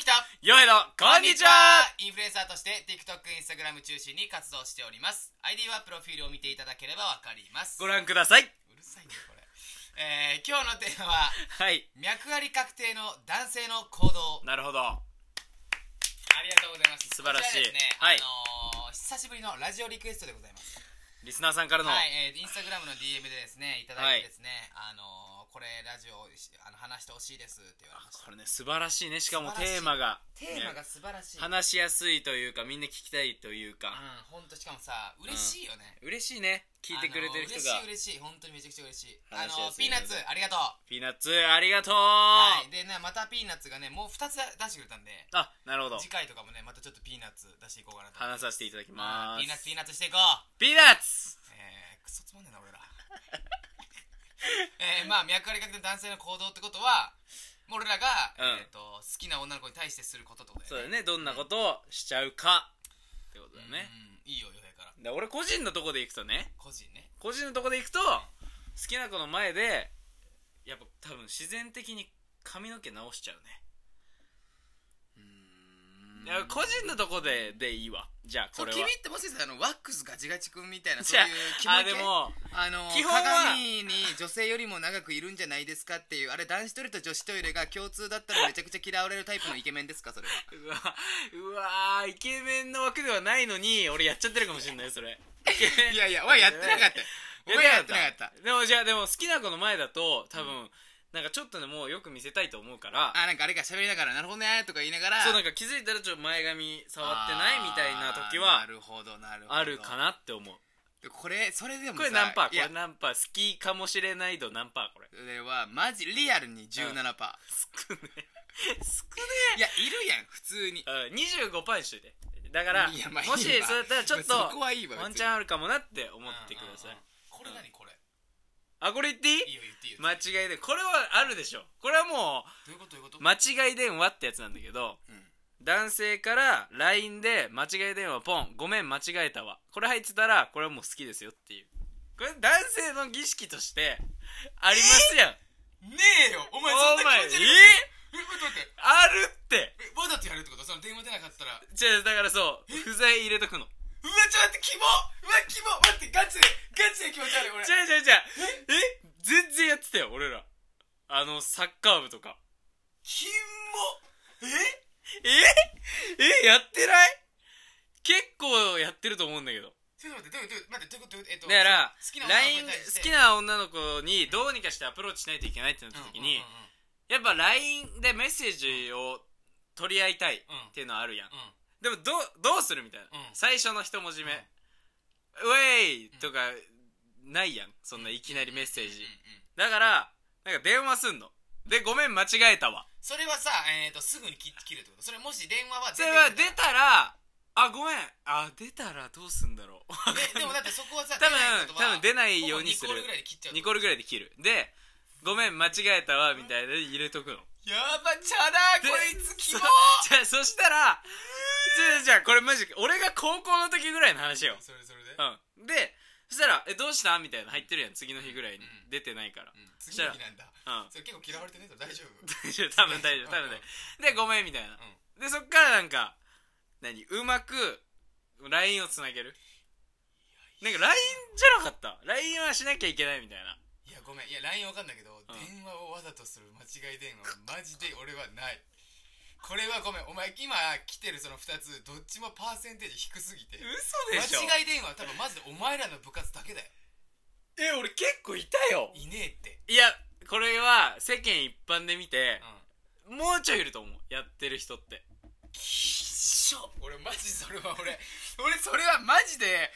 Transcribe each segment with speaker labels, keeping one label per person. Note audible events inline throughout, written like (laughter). Speaker 1: のこんにちは
Speaker 2: インフルエンサーとして TikTok、Instagram 中心に活動しております。ID はプロフィールを見ていただければわかります。う
Speaker 1: ご
Speaker 2: る
Speaker 1: 覧ください
Speaker 2: さいね、これ。えー、今日のテーマは、
Speaker 1: はい
Speaker 2: 脈あり確定の男性の行動。
Speaker 1: なるほど
Speaker 2: ありがとうございます。
Speaker 1: 素晴らしい
Speaker 2: こちらですね、
Speaker 1: は
Speaker 2: あ
Speaker 1: い
Speaker 2: のー久しぶりのラジオリクエストでございます。
Speaker 1: リスナーさんからの、
Speaker 2: はい、えー、インスタグラムの DM でですね、いただいてですね、あのーこれラジオしあの話してほしいですって言われました。
Speaker 1: これね素晴らしいねしかも
Speaker 2: 素晴らしい
Speaker 1: テーマが
Speaker 2: テーマが
Speaker 1: ね
Speaker 2: 素晴らしい。うん、
Speaker 1: 話しやすいというかみんな聞きたいというか、
Speaker 2: ほんとしかもさ、嬉しいよね。
Speaker 1: 嬉しいね聞いてくれてる人が
Speaker 2: あの嬉しい嬉しい本当にめちゃくちゃ嬉しいあ
Speaker 1: 話しや
Speaker 2: の
Speaker 1: す
Speaker 2: ピ
Speaker 1: い
Speaker 2: ーナッツありがとう
Speaker 1: ピーナッツありがと
Speaker 2: はい
Speaker 1: う、
Speaker 2: でねまたピーナッツがねもう2つ出してくれたんで
Speaker 1: あなるほど
Speaker 2: 次回とかもねまたちょっとピーナッツ出していこうかなと
Speaker 1: 話させていただき
Speaker 2: あ
Speaker 1: ま
Speaker 2: ー
Speaker 1: す
Speaker 2: ピーナッツピーナッツしていこう
Speaker 1: ピーナッツ
Speaker 2: えー、クソつまんねえな
Speaker 1: (laughs)
Speaker 2: 俺らえー、まあ脈ありかけの男性の行動ってことはもう俺らが、
Speaker 1: うん
Speaker 2: えー、と好きな女の子に対してすることってこと
Speaker 1: そう
Speaker 2: だよ
Speaker 1: だよ
Speaker 2: ね
Speaker 1: ねどんなことをしちゃうかってことだよね、
Speaker 2: うんいいよよだから
Speaker 1: だから俺個人のとこで行くとね
Speaker 2: 個人ね
Speaker 1: 個人のとこで行くと好きな子の前でやっぱ多分自然的に髪の毛直しちゃうねいや個人のとこででいいわじゃあ
Speaker 2: そ
Speaker 1: こ
Speaker 2: う
Speaker 1: れは
Speaker 2: 君ってもしかしたらあのワックスガチガチ君みたいなそ
Speaker 1: じ
Speaker 2: うい
Speaker 1: ゃ
Speaker 2: う気持
Speaker 1: ああ
Speaker 2: ち
Speaker 1: でも
Speaker 2: あの
Speaker 1: 基本は
Speaker 2: 鏡に女性よりも長くいるんじゃないですかっていうあれ男子トイレと女子トイレが共通だったらめちゃくちゃ嫌われるタイプのイケメンですかそれは
Speaker 1: うわうわーイケメンの枠ではないのに俺やっちゃってるかもしれないそれ
Speaker 2: いやいやお前やってなかったよお前やってなかった
Speaker 1: でもじゃあでも好きな子の前だと多分、なんかちょっとねもうよく見せたいと思うから
Speaker 2: あなんかあれか喋りながらなるほどねとか言いながら
Speaker 1: そうなん
Speaker 2: んか
Speaker 1: か気づいたらちょっと前髪触ってないみたいな時は
Speaker 2: なるほどなるほど
Speaker 1: あるかなって思う
Speaker 2: これそれでもさ
Speaker 1: これ何パーこ
Speaker 2: いや
Speaker 1: れ何パー好きかもしれない度何パーこれ
Speaker 2: それはマジリアルに17%、
Speaker 1: 少ねえ少
Speaker 2: いやいるやん普通に
Speaker 1: ねえ25パーにしといてだから
Speaker 2: いやまあいいわ
Speaker 1: もしそれだったらちょっと
Speaker 2: まあそこはいいわ
Speaker 1: ワンチャンあるかもなって思ってください
Speaker 2: これ何これ
Speaker 1: あこれ言っていい
Speaker 2: いいよ言っていいよ、
Speaker 1: 間違いでこれはあるでしょこれはも
Speaker 2: どういうことどういうこと
Speaker 1: う間違い電話ってやつなんだけど
Speaker 2: うん
Speaker 1: 男性から LINE で間違い電話ポンごめん間違えたわこれ入ってたらこれはもう好きですよっていうこれ男性の儀式としてありますやん
Speaker 2: ねえよお
Speaker 1: お
Speaker 2: 前そんな気持ち悪い
Speaker 1: 前え
Speaker 2: え待って待って
Speaker 1: あるって
Speaker 2: えわざとやるってことその電話出なかったらうわ
Speaker 1: じゃあだからそう不在入れとくの
Speaker 2: ちょっと待ってキモうわキモ待ってガチでガチで気持ち悪い俺
Speaker 1: じゃあじゃあじゃあえ全然やってたよ俺らあのサッカー部とか
Speaker 2: キモえ
Speaker 1: ええやってない結構やってると思うんだけど
Speaker 2: ちょっと待ってどういう待ってどういうことえっと
Speaker 1: だから
Speaker 2: 好きな
Speaker 1: LINE
Speaker 2: 女の子に対して
Speaker 1: 好きな女の子にどうにかしてアプローチしないといけないってなった時に
Speaker 2: うんうん
Speaker 1: やっぱ LINE でメッセージを取り合いたいっ
Speaker 2: うん
Speaker 1: ていうのはあるやん
Speaker 2: うんうん
Speaker 1: でもどうどうするみたいな
Speaker 2: うん
Speaker 1: 最初の一文字目
Speaker 2: うん
Speaker 1: 「ウェイ!」とかないやんそんないきなりメッセージだからなんか電話すんのでごめん間違えたわ
Speaker 2: それはさえっとすぐに切切るってことそれもし電話は
Speaker 1: それは出
Speaker 2: て
Speaker 1: たらあごめんあ出たらどうすんだろう
Speaker 2: ででもだってそこはさ
Speaker 1: 多分
Speaker 2: 出
Speaker 1: 多分出ないようにす
Speaker 2: ニコル
Speaker 1: る
Speaker 2: ぐらいで切っちゃう
Speaker 1: ニコルぐらいで切るでごめん間違えたわみたいで入れとくの
Speaker 2: やばチャラ
Speaker 1: で
Speaker 2: こいつキモ
Speaker 1: そじ (laughs) ゃあそしたらじゃあじゃあこれマジ俺が高校の時ぐらいの話よ、
Speaker 2: それそれで
Speaker 1: うん、でそしたら「えどうした?」みたいなの入ってるやん次の日ぐらいに、
Speaker 2: うん
Speaker 1: 出てないから
Speaker 2: うん次の日なんだ
Speaker 1: うん
Speaker 2: それ結構嫌われてねえぞ大丈夫
Speaker 1: 大丈夫多分大丈夫多分ねでごめんみたいな、
Speaker 2: う
Speaker 1: でそっからなんか何うまく LINE をつなげるなんか LINE じゃなかった LINE はしなきゃいけないみたいない
Speaker 2: やごめんいや LINE わかんないけど、
Speaker 1: ん
Speaker 2: 電話をわざとする間違い電話マジで俺はないこれはごめんお前今来てるその2つどっちもパーセンテージ低すぎて
Speaker 1: 嘘
Speaker 2: 間
Speaker 1: でしょ
Speaker 2: 違い電話は多分マジでお前らの部活だけだよ
Speaker 1: え俺結構いたよ
Speaker 2: いねえって
Speaker 1: いやこれは世間一般で見て
Speaker 2: う、ん
Speaker 1: もうちょいいると思うやってる人って
Speaker 2: きっしょ俺マジそれは俺俺それはマジで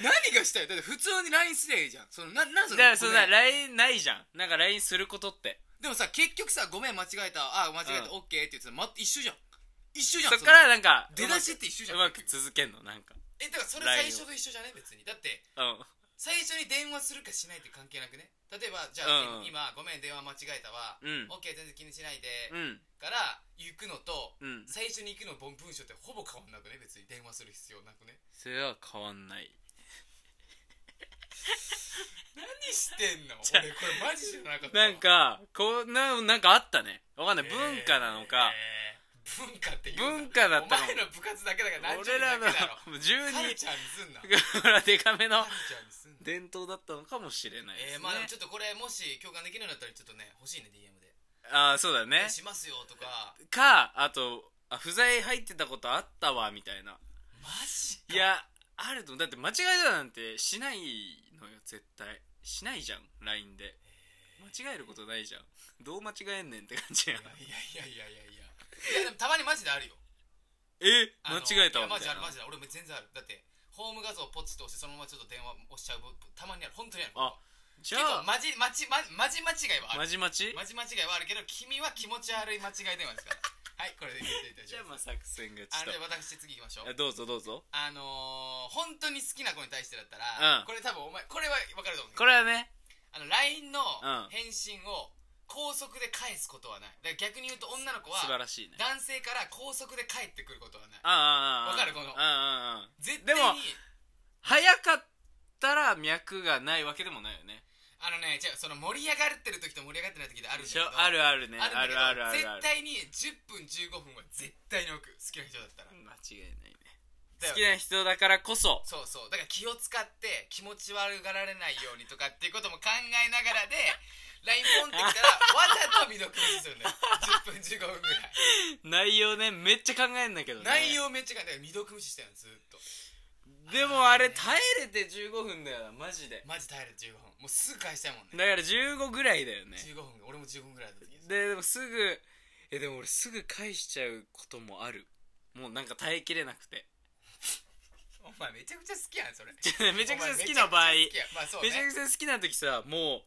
Speaker 2: 何がしたいだって普通に LINE すりゃいいじゃんそのななんその
Speaker 1: だからそん
Speaker 2: ご
Speaker 1: な
Speaker 2: めん
Speaker 1: LINE ないじゃんなんか LINE することって
Speaker 2: でもさ結局さごめん間違えたあ間違えた、
Speaker 1: う
Speaker 2: OK って言ってた、ま、一緒じゃん一緒じゃん
Speaker 1: そっからなんか
Speaker 2: その出だしって一緒じゃ
Speaker 1: うんまく続けんのなんか
Speaker 2: えだからそれ最初と一緒じゃね別にだって
Speaker 1: うん
Speaker 2: 最初に電話するかしないって関係なくね例えばじゃあ、
Speaker 1: うんうん
Speaker 2: 今ごめん電話間違えたわ、
Speaker 1: うん
Speaker 2: オッ OK 全然気にしないで、
Speaker 1: うん
Speaker 2: から行くのと、
Speaker 1: うん
Speaker 2: 最初に行くの文文章ってほぼ変わんなくね別に電話する必要なくね
Speaker 1: それは変わんない
Speaker 2: 何してんの
Speaker 1: じゃあ
Speaker 2: 俺これマジじゃなかったわ
Speaker 1: なんかこうななんかあったねわかんない
Speaker 2: えー
Speaker 1: 文化なのか
Speaker 2: えー文化っていう
Speaker 1: 文化だった
Speaker 2: お
Speaker 1: の
Speaker 2: 前の部活だけだから何十
Speaker 1: 俺
Speaker 2: 人だ
Speaker 1: ら
Speaker 2: け
Speaker 1: の
Speaker 2: だろカル
Speaker 1: 12
Speaker 2: チャーにすんなカル
Speaker 1: ぐらいデカめの
Speaker 2: チャーにすんな
Speaker 1: 伝統だったのかもしれない
Speaker 2: え
Speaker 1: ですね
Speaker 2: ー、まあでもちょっとこれもし共感できるようになったらちょっとね欲しいね DM で
Speaker 1: ああそうだね
Speaker 2: しますよとか
Speaker 1: かあとあ不在入ってたことあったわみたいな
Speaker 2: マジか
Speaker 1: いやあると思うだって間違えたなんてしないのよ絶対しないじゃん LINE で間違えることないじゃんどう間違えんねんって感じやん
Speaker 2: いやいやいやいやいやいやいやでもたまにマジであるよ
Speaker 1: え
Speaker 2: あの
Speaker 1: 間違えたわ
Speaker 2: いやマ
Speaker 1: み
Speaker 2: ジあ
Speaker 1: たい
Speaker 2: る
Speaker 1: な
Speaker 2: マジある俺も全然あるだってホーム画像ポチッと押してそのままちょっと電話押しちゃうたまにある本当にある
Speaker 1: あじ
Speaker 2: け
Speaker 1: ゃ
Speaker 2: ど
Speaker 1: あ
Speaker 2: マジマジマジマジ間違いはあ
Speaker 1: ま
Speaker 2: る
Speaker 1: じまち
Speaker 2: マジ間違いはあるけど君は気持ち悪い間違い電話ですからはいこれで聞いていただき
Speaker 1: じゃあ
Speaker 2: ま
Speaker 1: まあ
Speaker 2: す
Speaker 1: 作戦がち
Speaker 2: あ
Speaker 1: と
Speaker 2: れ私次行きましょう
Speaker 1: あどうぞどうぞ
Speaker 2: あのー、本当に好きな子に対してだったら、
Speaker 1: うん
Speaker 2: これ多分お前これは分かると思う
Speaker 1: これはね
Speaker 2: あの LINE の
Speaker 1: うん
Speaker 2: 返信を高速で返すことはないだから逆に言うと女の子
Speaker 1: 素晴
Speaker 2: は
Speaker 1: らしいね
Speaker 2: 男性から高速で返ってくることはないわ
Speaker 1: ああああ
Speaker 2: かるこの
Speaker 1: ああああ
Speaker 2: 絶対
Speaker 1: で
Speaker 2: に
Speaker 1: も早かったら脈がないわけでもないよね
Speaker 2: あのね違うその盛り上がってる時と盛り上がってない時であるんだけ
Speaker 1: しょ
Speaker 2: ど
Speaker 1: あるあるね
Speaker 2: あるんだ
Speaker 1: あ
Speaker 2: けど
Speaker 1: るあるあるある
Speaker 2: 絶対に10分15分は絶対に置く好きな人だったら、
Speaker 1: 間違いないね
Speaker 2: だ
Speaker 1: 好
Speaker 2: よ
Speaker 1: きな人だからこそ
Speaker 2: そうそうだから気を使って気持ち悪がられないようにとかっていうことも考えながらで (laughs) LINE ポンってきたらわざと未読にするんだよ10分15分ぐらい
Speaker 1: 内容ねめっちゃ考えんだけどね
Speaker 2: 内容めっちゃ考えて未読無視してるのずーっと
Speaker 1: でもあれ耐えれて15分だよなマジで
Speaker 2: マジ耐える15分もうすぐ返したいもん
Speaker 1: だ
Speaker 2: ね
Speaker 1: から15ぐらいだよね
Speaker 2: 15分俺も15分ぐらいだった気がする
Speaker 1: ででもすぐえでも俺すぐ返しちゃうこともあるもうなんか耐えきれなくて (laughs)
Speaker 2: お前めちゃくちゃ好きやんそれめち
Speaker 1: めちゃくちゃ好きな場合
Speaker 2: まあそう
Speaker 1: めちゃ
Speaker 2: ね
Speaker 1: くちゃ好きな時さもう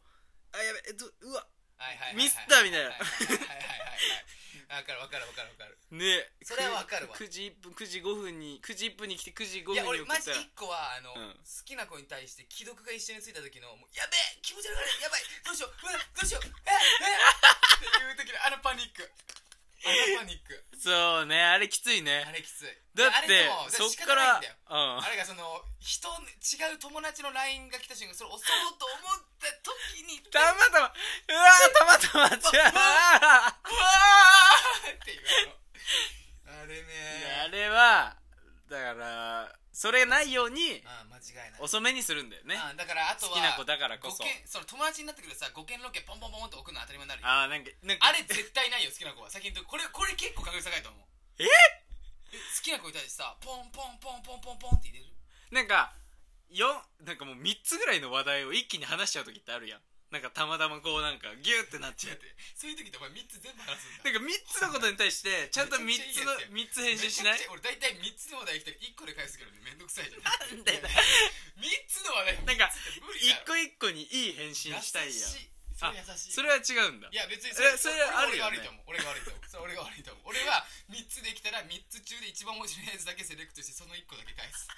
Speaker 1: あやべえっとうわ
Speaker 2: はいはいはいはい
Speaker 1: ミスったみたい
Speaker 2: はい
Speaker 1: な
Speaker 2: はいはいはいはいわかるわかるわかるわか
Speaker 1: (laughs)
Speaker 2: る
Speaker 1: ね
Speaker 2: それはわかるわ
Speaker 1: 9時1分9時5分に9時1分に来て9時5
Speaker 2: い
Speaker 1: 分に
Speaker 2: や俺
Speaker 1: 送っ
Speaker 2: マジ
Speaker 1: たら
Speaker 2: 一個はあの、
Speaker 1: うん
Speaker 2: 好きな子に対して既読が一緒についた時のもうやべえ気持ち悪いやばいどうしよううわどうしようええっていう時のあのパニックあのパニッ
Speaker 1: (laughs)
Speaker 2: ク
Speaker 1: そうねあれきつい
Speaker 2: あ
Speaker 1: ね
Speaker 2: れきつい
Speaker 1: だって
Speaker 2: であれでも
Speaker 1: そっ
Speaker 2: 仕
Speaker 1: か
Speaker 2: 方ないん
Speaker 1: ら (laughs)
Speaker 2: だよ
Speaker 1: うん
Speaker 2: あれがその人違う友達の LINE が来た瞬間それ押そうと思った時に
Speaker 1: たまたまうわーたまたまじゃあ
Speaker 2: うわーっていうあの
Speaker 1: (laughs)
Speaker 2: あれ
Speaker 1: あ
Speaker 2: ね
Speaker 1: れはだからそれないように
Speaker 2: ああ間違いない
Speaker 1: 遅めにするんだよね
Speaker 2: ああだからあと
Speaker 1: 好
Speaker 2: は
Speaker 1: きな子だからこ
Speaker 2: ご
Speaker 1: そ
Speaker 2: けんその友達になってくるとさ5件ロケポンポンポンと置くの当たり前になるよ
Speaker 1: ああなんかなんか
Speaker 2: あれ絶対ないよ好きな子は先に言っとくこれこれ結構確率高いと思う
Speaker 1: え
Speaker 2: え好きな子に対してさポンポンポンポンポンポンって入れる
Speaker 1: なんかよなんかもう3つぐらいの話題を一気に話しちゃう時ってあるやんなんかたまたまこうなんかギューってなっちゃ
Speaker 2: だっ
Speaker 1: う
Speaker 2: てそういう時ってお前3つ全部話すんだ
Speaker 1: なんか3つのことに対してちゃんと3つの3つ返信しない
Speaker 2: めちゃくちゃ俺大体3つの話題来たら1個で返すけどねめんどくさいじゃん
Speaker 1: なんで
Speaker 2: (laughs)
Speaker 1: だよ
Speaker 2: 3つの話題
Speaker 1: なん
Speaker 2: 三
Speaker 1: か
Speaker 2: つって無理
Speaker 1: 一
Speaker 2: だろ
Speaker 1: 個一個にいい返信したいやん
Speaker 2: 優しいそれ優しい
Speaker 1: それは違うんだ
Speaker 2: いや別に
Speaker 1: えそれある
Speaker 2: 俺
Speaker 1: よね
Speaker 2: が悪いと思う俺が悪いと思うそれ俺が悪いと思う俺は3つできたら3つ中で一番面白いやつだけセレクトしてその1個だけ返す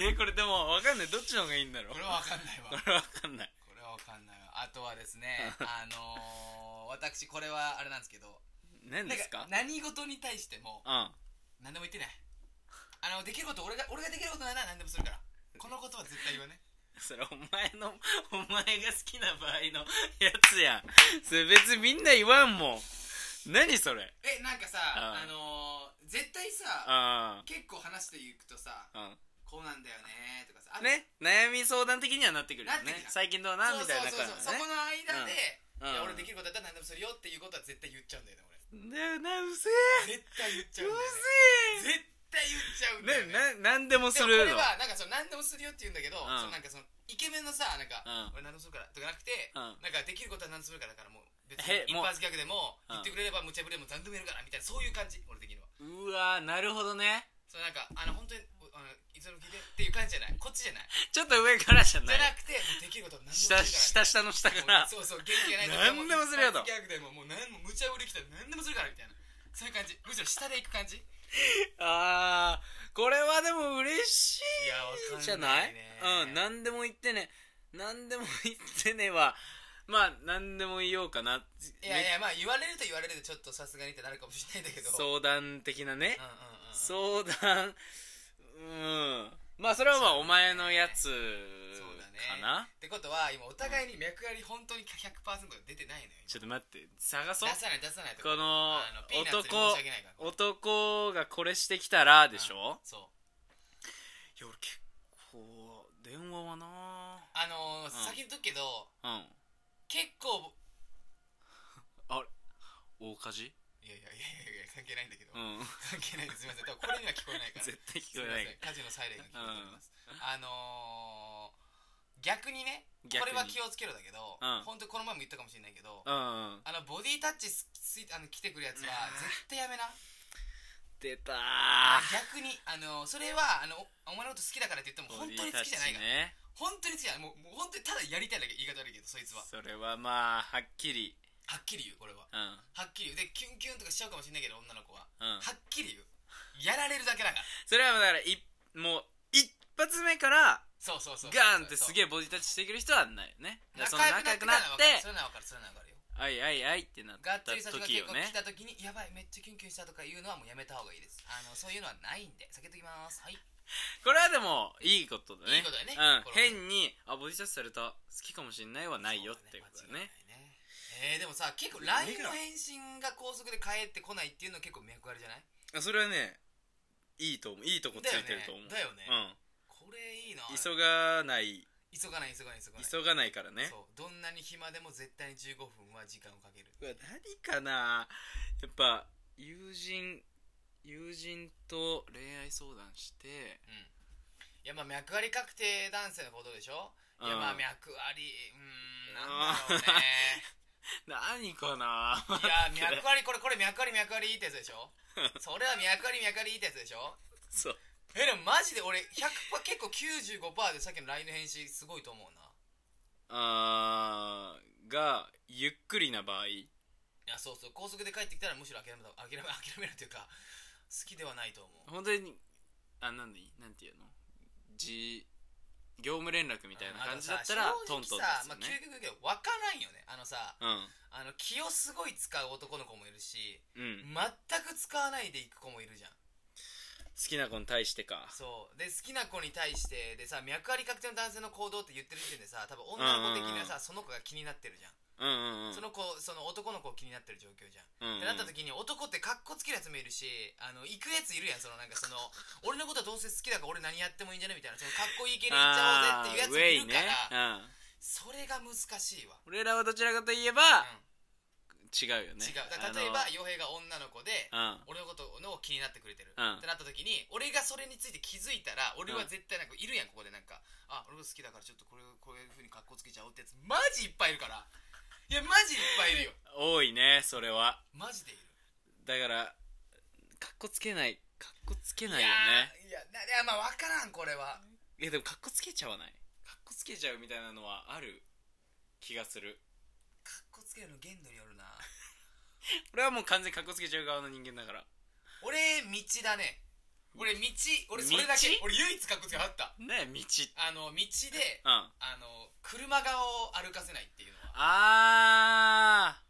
Speaker 1: えこれでも分かんないどっちの方がいいんだろ
Speaker 2: こ
Speaker 1: う
Speaker 2: れは分かんないわ
Speaker 1: これは分かんない
Speaker 2: これはわかんないわあとはです
Speaker 1: (laughs)
Speaker 2: ねあのー、私これはあれなんですけど
Speaker 1: 何です
Speaker 2: な
Speaker 1: か
Speaker 2: んか何事に対しても
Speaker 1: うん
Speaker 2: 何でも言ってないあのできること俺が俺ができることなら何でもするからこのことは絶対言わね
Speaker 1: それお前のお前が好きな場合のやつやんそれ別にみんな言わんもん何それ
Speaker 2: えなんかさ
Speaker 1: ああ
Speaker 2: あのー、絶対さ
Speaker 1: あ
Speaker 2: 結構話していくとさ
Speaker 1: あ
Speaker 2: こうなんだよねとかさあ
Speaker 1: ね悩み相談的にはなってくるよ
Speaker 2: なって
Speaker 1: ね
Speaker 2: くる
Speaker 1: 最近どう
Speaker 2: そ
Speaker 1: なんみ
Speaker 2: う
Speaker 1: たいな
Speaker 2: そう
Speaker 1: 感
Speaker 2: そう
Speaker 1: じ
Speaker 2: そうそこ
Speaker 1: ね
Speaker 2: の間で、
Speaker 1: うん
Speaker 2: いや
Speaker 1: うん
Speaker 2: 俺できることだったら何でもするよっていうことは絶対言っちゃうんだよね
Speaker 1: だよなうせ
Speaker 2: 俺絶対言っち
Speaker 1: え
Speaker 2: ゃ
Speaker 1: う
Speaker 2: うんだよね
Speaker 1: せ
Speaker 2: 絶対言っちゃうんだ
Speaker 1: え
Speaker 2: よね
Speaker 1: ねな何でもす
Speaker 2: でも
Speaker 1: るの
Speaker 2: これはなんかその何でもするよって言うんだけど、
Speaker 1: うん
Speaker 2: そのなんかそのイケメンのさなんか、
Speaker 1: う
Speaker 2: 俺何でもするからとかなくて、
Speaker 1: うん
Speaker 2: なんかできることは何でもするからだからもう別
Speaker 1: へ
Speaker 2: に一
Speaker 1: もう
Speaker 2: 発ギャグでも
Speaker 1: うん
Speaker 2: 言ってくれれば無茶ぶりでも何でもやるからみたいなそういう感じ俺的には
Speaker 1: うわなるほどね
Speaker 2: そのなんかあの本当におあのいつでも聞いてっていう感じじゃないこっちじゃないじ
Speaker 1: ちょっと上からじゃな
Speaker 2: ゃ
Speaker 1: い
Speaker 2: なくてもうできることは何でもす
Speaker 1: 下
Speaker 2: るから
Speaker 1: 下下の下か
Speaker 2: みたいな
Speaker 1: ら
Speaker 2: そうそう元気がない
Speaker 1: 何でもするよと
Speaker 2: 一発ギャグでももう何も無茶ぶり来たら何でもするからみたいなそういう感じむしろ下で行く感じい
Speaker 1: あーこれはでも嬉しい
Speaker 2: や
Speaker 1: じゃないうん
Speaker 2: な
Speaker 1: 何でも言ってね何でも言ってねはまあ何でも言おうかない
Speaker 2: やいやまあ言われると言われるでちょっとさすがにってなるかもしれないんだけど
Speaker 1: 相談的なね
Speaker 2: うんうんうん
Speaker 1: 相談うんまあそれはまあお前のやつ
Speaker 2: そうだねね
Speaker 1: かな
Speaker 2: ってことは今お互いに脈あり本当に100%出てないのよ
Speaker 1: ちょっと待って探そ
Speaker 2: 出
Speaker 1: う
Speaker 2: さない出さないと
Speaker 1: この
Speaker 2: あのピーナッツに
Speaker 1: 男
Speaker 2: 申し訳ないから
Speaker 1: 男がこれしてきたらでし
Speaker 2: うん
Speaker 1: ょ
Speaker 2: そう
Speaker 1: いや俺結構電話はな
Speaker 2: あのー
Speaker 1: ん
Speaker 2: 先に言っとくけど
Speaker 1: うん
Speaker 2: 結構
Speaker 1: 大火事
Speaker 2: いやいやいやいや関係ないんだけど、
Speaker 1: うん
Speaker 2: 関係ないですすいません多分これには聞こえないから
Speaker 1: 絶対聞こえない
Speaker 2: すいません火事のサイレンが聞こえております、あのー逆にね
Speaker 1: 逆に
Speaker 2: これは気をつけろだけど、
Speaker 1: うん
Speaker 2: 本当この前も言ったかもしれないけど、
Speaker 1: うんうん
Speaker 2: あのボディタッチすすあの来てくるやつは
Speaker 1: うん
Speaker 2: 絶対やめな
Speaker 1: 出た
Speaker 2: 逆にあのそれはあのおお前のこと好きだからって言っても本
Speaker 1: ー
Speaker 2: 当に好きじゃないから、
Speaker 1: ね
Speaker 2: 本当に好きじゃないもうもう本当にただやりたいだけ言い方悪いけどそいつは
Speaker 1: それはまあはっきり
Speaker 2: はっきり言う俺は
Speaker 1: う
Speaker 2: は
Speaker 1: ん
Speaker 2: っきり言うでキュンキュンとかしちゃうかもしれないけど女の子は、は
Speaker 1: うん
Speaker 2: っきり言うやられるだけだから
Speaker 1: それはだからいもう一発目から
Speaker 2: そうそうそう
Speaker 1: ガーンってす
Speaker 2: え
Speaker 1: げえボディタッチしてくる人はないよねだからそ
Speaker 2: 仲良
Speaker 1: の仲良く
Speaker 2: く
Speaker 1: な
Speaker 2: な
Speaker 1: っ
Speaker 2: って
Speaker 1: て
Speaker 2: それなら分かるそれなら分かるよ
Speaker 1: あいあいあいってなっ
Speaker 2: がっ
Speaker 1: た
Speaker 2: つり最初が
Speaker 1: 時
Speaker 2: 結
Speaker 1: よ
Speaker 2: 構
Speaker 1: ね
Speaker 2: 来た時に、やばいめっちゃキュンキュンしたとか言うのはもうやめた方がいいですあのそういうのはないんで避けときますはい
Speaker 1: これはでもいいことだね
Speaker 2: いいことだね
Speaker 1: う
Speaker 2: これ
Speaker 1: ん、
Speaker 2: はね
Speaker 1: 変にあボディタッチされた好きかもしれないはないよっていうことだ
Speaker 2: そ
Speaker 1: ね
Speaker 2: うだね間違いないねえー、でもさ結構 LINE の返信が高速で返ってこないっていうの結構脈ありじゃない
Speaker 1: あそれはねいいと思ういいとこついてると思う
Speaker 2: だよねだよこれいいな
Speaker 1: うん、急がない
Speaker 2: 急がない急がない急がない
Speaker 1: 急がないからね
Speaker 2: そうどんなに暇でも絶対に15分は時間をかける
Speaker 1: うわ何かなやっぱ友人友人と恋愛相談して
Speaker 2: うんいやまあ脈あり確定男性のことでしょ、いやまあ
Speaker 1: うん
Speaker 2: 脈ありうーんなんだろうね
Speaker 1: 何かない (laughs)
Speaker 2: や脈ありこれこれ脈あり脈ありいいってやつでしょそれは脈あり脈ありいいってやつでしょ
Speaker 1: そう
Speaker 2: えでもマジで俺100%結構95%でさっきの LINE の返信すごいと思うな
Speaker 1: あーがゆっくりな場合
Speaker 2: いやそうそう高速で帰ってきたらむしろ諦めた諦め諦めるというか好きではないと思う
Speaker 1: 本当にあなんでなんていうのじ業務連絡みたいな感じだったら
Speaker 2: あのさ
Speaker 1: トン
Speaker 2: 正直
Speaker 1: トンで
Speaker 2: さ
Speaker 1: す
Speaker 2: ま
Speaker 1: よ
Speaker 2: あ、究
Speaker 1: ね
Speaker 2: 極言うけど分からんよねあのさ
Speaker 1: う
Speaker 2: あの気をすごい使う男の子もいるし
Speaker 1: んうん
Speaker 2: 全く使わないでいく子もいるじゃん
Speaker 1: 好きな子に対してか
Speaker 2: そうで好きな子に対してでさ脈あり確定の男性の行動って言ってる時点でさ多分女の子的にはさその子が気になってるじゃん、
Speaker 1: うんうんうん
Speaker 2: その子その男の子を気になってる状況じゃん、
Speaker 1: うんうん
Speaker 2: ってなった時に男ってカッコつけるやつもいるしあの行くやついるやんそのなんかその俺のことはどうせ好きだから俺何やってもいいんじゃないみたいなそのカッコいい系に行っちゃおうぜっていうやつもいるから、
Speaker 1: あーウェイね、
Speaker 2: それが難しいわ、
Speaker 1: うん、俺らはどちらかといえば、
Speaker 2: うん
Speaker 1: 違うよね
Speaker 2: 違うだから例えば洋平が女の子で
Speaker 1: あの
Speaker 2: 俺のことの気になってくれてる、
Speaker 1: う
Speaker 2: っ
Speaker 1: ん
Speaker 2: てなった時に俺がそれについて気づいたら俺は絶対なんかいるやんここでなんかあ俺が好きだからちょっとこれこういうふうに格好つけちゃおうってやつマジいっぱいいるからいやマジいっぱいいるよ
Speaker 1: うん多いねそれは
Speaker 2: マジでいる
Speaker 1: だからかっこつけないかっこつけ
Speaker 2: い
Speaker 1: ないよね
Speaker 2: やーいやないやまあ分からんこれはい
Speaker 1: やでもかっこつけちゃわないかっこつけちゃうみたいなのはある気がする
Speaker 2: 格好つけるの限度によるな
Speaker 1: 俺はもう完全にかっこつけちゃう側の人間だから
Speaker 2: 俺道だね俺道俺それだけ
Speaker 1: 道
Speaker 2: 俺唯一格好つけなかった
Speaker 1: ね道
Speaker 2: あの道で
Speaker 1: うんあ
Speaker 2: あの車側を歩かせないっていうのは
Speaker 1: あ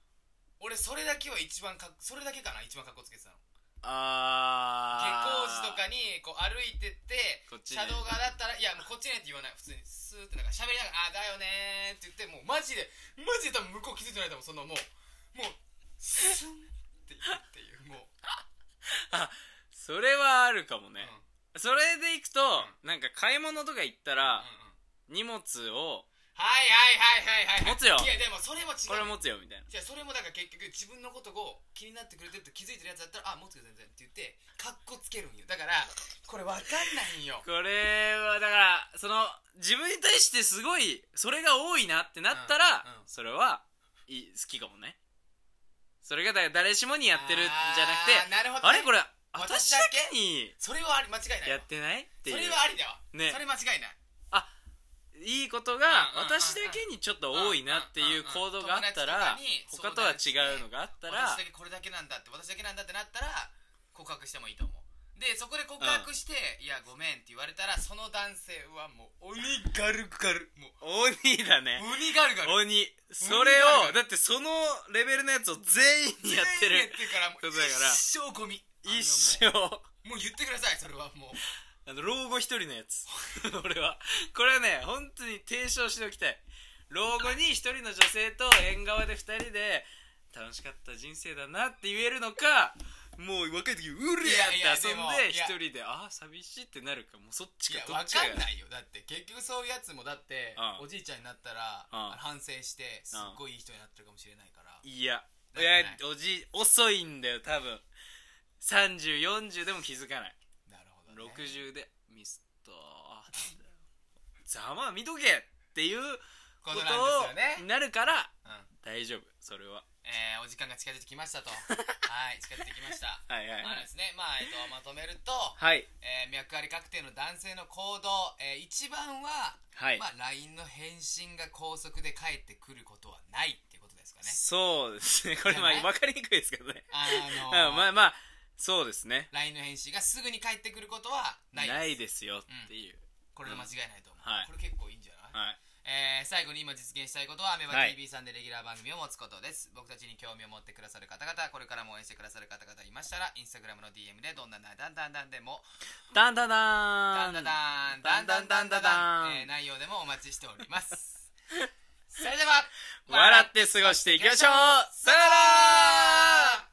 Speaker 2: 俺それだけは一番かっそれだけかな一番格好つけてたの
Speaker 1: ーあ
Speaker 2: 下校時とかにこう歩いてって
Speaker 1: こっちね
Speaker 2: 車道側だったら「いやもうこっちね」って言わない普通にスーってなんか喋りながら「あだよね」って言ってもうマジでマジで多分向こう気づいてないと思うそのもうもうスンって言うっていうもう、
Speaker 1: それはあるかもね
Speaker 2: うん、
Speaker 1: それで行くと、なんか買い物とか行った
Speaker 2: うん
Speaker 1: ら
Speaker 2: うん
Speaker 1: 荷物を
Speaker 2: はいはいはいはいはいはい
Speaker 1: 持つよ
Speaker 2: いやでもそれも違う
Speaker 1: これ持つよみたいな
Speaker 2: じゃそれもだから結局自分のことを気になってくれてると気づいてるやつだったら「あ持つよ全然」って言ってかっこつけるんよだからこれわかんないんよ
Speaker 1: これはだからその自分に対してすごいそれが多いなってなったら、
Speaker 2: うんうん
Speaker 1: それはいい好きかもねそれがだ誰しもにやってるんじゃなくて
Speaker 2: あーなるほど
Speaker 1: あ
Speaker 2: ね
Speaker 1: れこれ
Speaker 2: 私
Speaker 1: 私だ
Speaker 2: だけ
Speaker 1: けに
Speaker 2: それはあり間違いないわ
Speaker 1: やってないってい
Speaker 2: そうれはありだわ、
Speaker 1: ね
Speaker 2: それ間違いない
Speaker 1: いいことが
Speaker 2: うんうんうんうん
Speaker 1: 私だけにちょっと多いなっていう行動があったら
Speaker 2: 友達とか
Speaker 1: 他
Speaker 2: に
Speaker 1: とは違うのがあったら
Speaker 2: 私だけこれだけなんだって私だけなんだってなったら告白してもいいと思うでそこで告白して「いやごめん」って言われたらその男性はもう鬼ガルガルも
Speaker 1: 鬼だね
Speaker 2: う鬼ガルガル
Speaker 1: 鬼それ
Speaker 2: 鬼だ
Speaker 1: を
Speaker 2: ね
Speaker 1: だってそのレベルのやつを全員にやっ
Speaker 2: 全
Speaker 1: て
Speaker 2: 員や
Speaker 1: る
Speaker 2: ってるからもう
Speaker 1: そうだから
Speaker 2: 一生ゴミ
Speaker 1: 一生
Speaker 2: あのもうもう言ってくださいそれはもう
Speaker 1: あの老後一人のやつ (laughs) 俺はこれはね本当に提唱しておきたい老後に一人の女性と縁側で二人で楽しかった人生だなって言えるのかもう若い時うり
Speaker 2: い
Speaker 1: ゃ
Speaker 2: や
Speaker 1: っ
Speaker 2: いや
Speaker 1: て遊ん
Speaker 2: でも
Speaker 1: で
Speaker 2: いや
Speaker 1: 一人でああ寂しいってなるかもうそっち
Speaker 2: い
Speaker 1: か
Speaker 2: や
Speaker 1: ど
Speaker 2: わ
Speaker 1: っち
Speaker 2: か
Speaker 1: か
Speaker 2: んないよだって結局そういうやつもだって
Speaker 1: うん
Speaker 2: おじいちゃんになったら
Speaker 1: うん
Speaker 2: 反省してすっごいいい人になってるかもしれないから
Speaker 1: いや
Speaker 2: ないん
Speaker 1: や
Speaker 2: か
Speaker 1: おじい遅いんだよ多分3040でも気づかない
Speaker 2: なるほどね
Speaker 1: 60でミス
Speaker 2: (laughs)
Speaker 1: ったざまあ見とけっていう
Speaker 2: こ
Speaker 1: ことと
Speaker 2: なんです
Speaker 1: を
Speaker 2: よね
Speaker 1: なるから
Speaker 2: うん
Speaker 1: 大丈夫それは
Speaker 2: えーお時間が近づいてきました
Speaker 1: (laughs)
Speaker 2: とはい近づいてきました
Speaker 1: はいはい
Speaker 2: あのですねまあえっとまとめると
Speaker 1: はい
Speaker 2: えー脈あり確定の男性の行動えー一番は
Speaker 1: はい、
Speaker 2: まあ LINE の返信が高速で返ってくることはないっていうことですかね
Speaker 1: そうですねこれまあ
Speaker 2: じゃない
Speaker 1: 分かりにくいですけどね
Speaker 2: あ
Speaker 1: うん
Speaker 2: のー
Speaker 1: まあまあそうですね
Speaker 2: LINE の返信がすぐに返ってくることはな
Speaker 1: ないい
Speaker 2: です
Speaker 1: ですよっていう、
Speaker 2: これで間違いないと思う、
Speaker 1: はい
Speaker 2: これ結構いいんじゃない、
Speaker 1: はい
Speaker 2: えー最後に今実現したいことはアメバ
Speaker 1: はい
Speaker 2: TV さんでレギュラー番組を持つことです、僕たちに興味を持ってくださる方々これからも応援してくださる方々いましたらインスタグラムの DM でどんななだんだんだんでも
Speaker 1: ダンダンダ
Speaker 2: だ
Speaker 1: ン
Speaker 2: んだんだんだんだんだんだんだん、えー内容でもお待ちしておりますそれでは
Speaker 1: 笑って過ごしていきましょうさよなら